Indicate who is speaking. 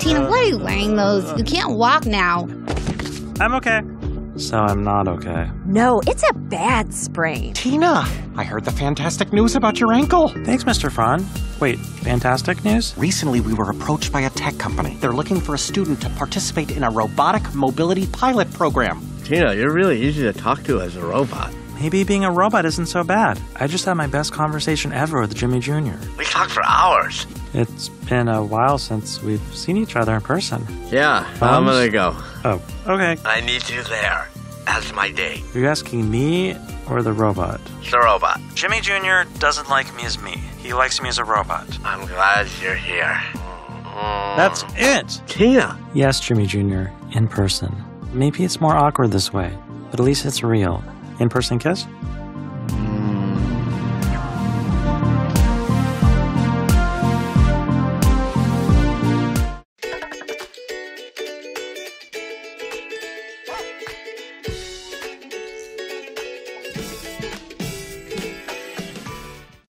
Speaker 1: Tina, what are you wearing those? You can't walk now.
Speaker 2: I'm okay. So I'm not okay.
Speaker 3: No, it's a bad sprain.
Speaker 4: Tina, I heard the fantastic news about your ankle.
Speaker 2: Thanks, Mr. Fran. Wait, fantastic news?
Speaker 4: Recently, we were approached by a tech company. They're looking for a student to participate in a robotic mobility pilot program.
Speaker 5: Tina, you're really easy to talk to as a robot.
Speaker 2: Maybe being a robot isn't so bad. I just had my best conversation ever with Jimmy Jr.
Speaker 5: We talked for hours.
Speaker 2: It's been a while since we've seen each other in person.
Speaker 5: Yeah,
Speaker 2: Um,
Speaker 5: I'm gonna go.
Speaker 2: Oh, okay.
Speaker 5: I need you there as my date.
Speaker 2: Are you asking me or the robot?
Speaker 5: The robot.
Speaker 2: Jimmy Jr. doesn't like me as me. He likes me as a robot.
Speaker 5: I'm glad you're here.
Speaker 2: That's it!
Speaker 5: Tina.
Speaker 2: Yes, Jimmy Jr., in person. Maybe it's more awkward this way, but at least it's real. In person kiss?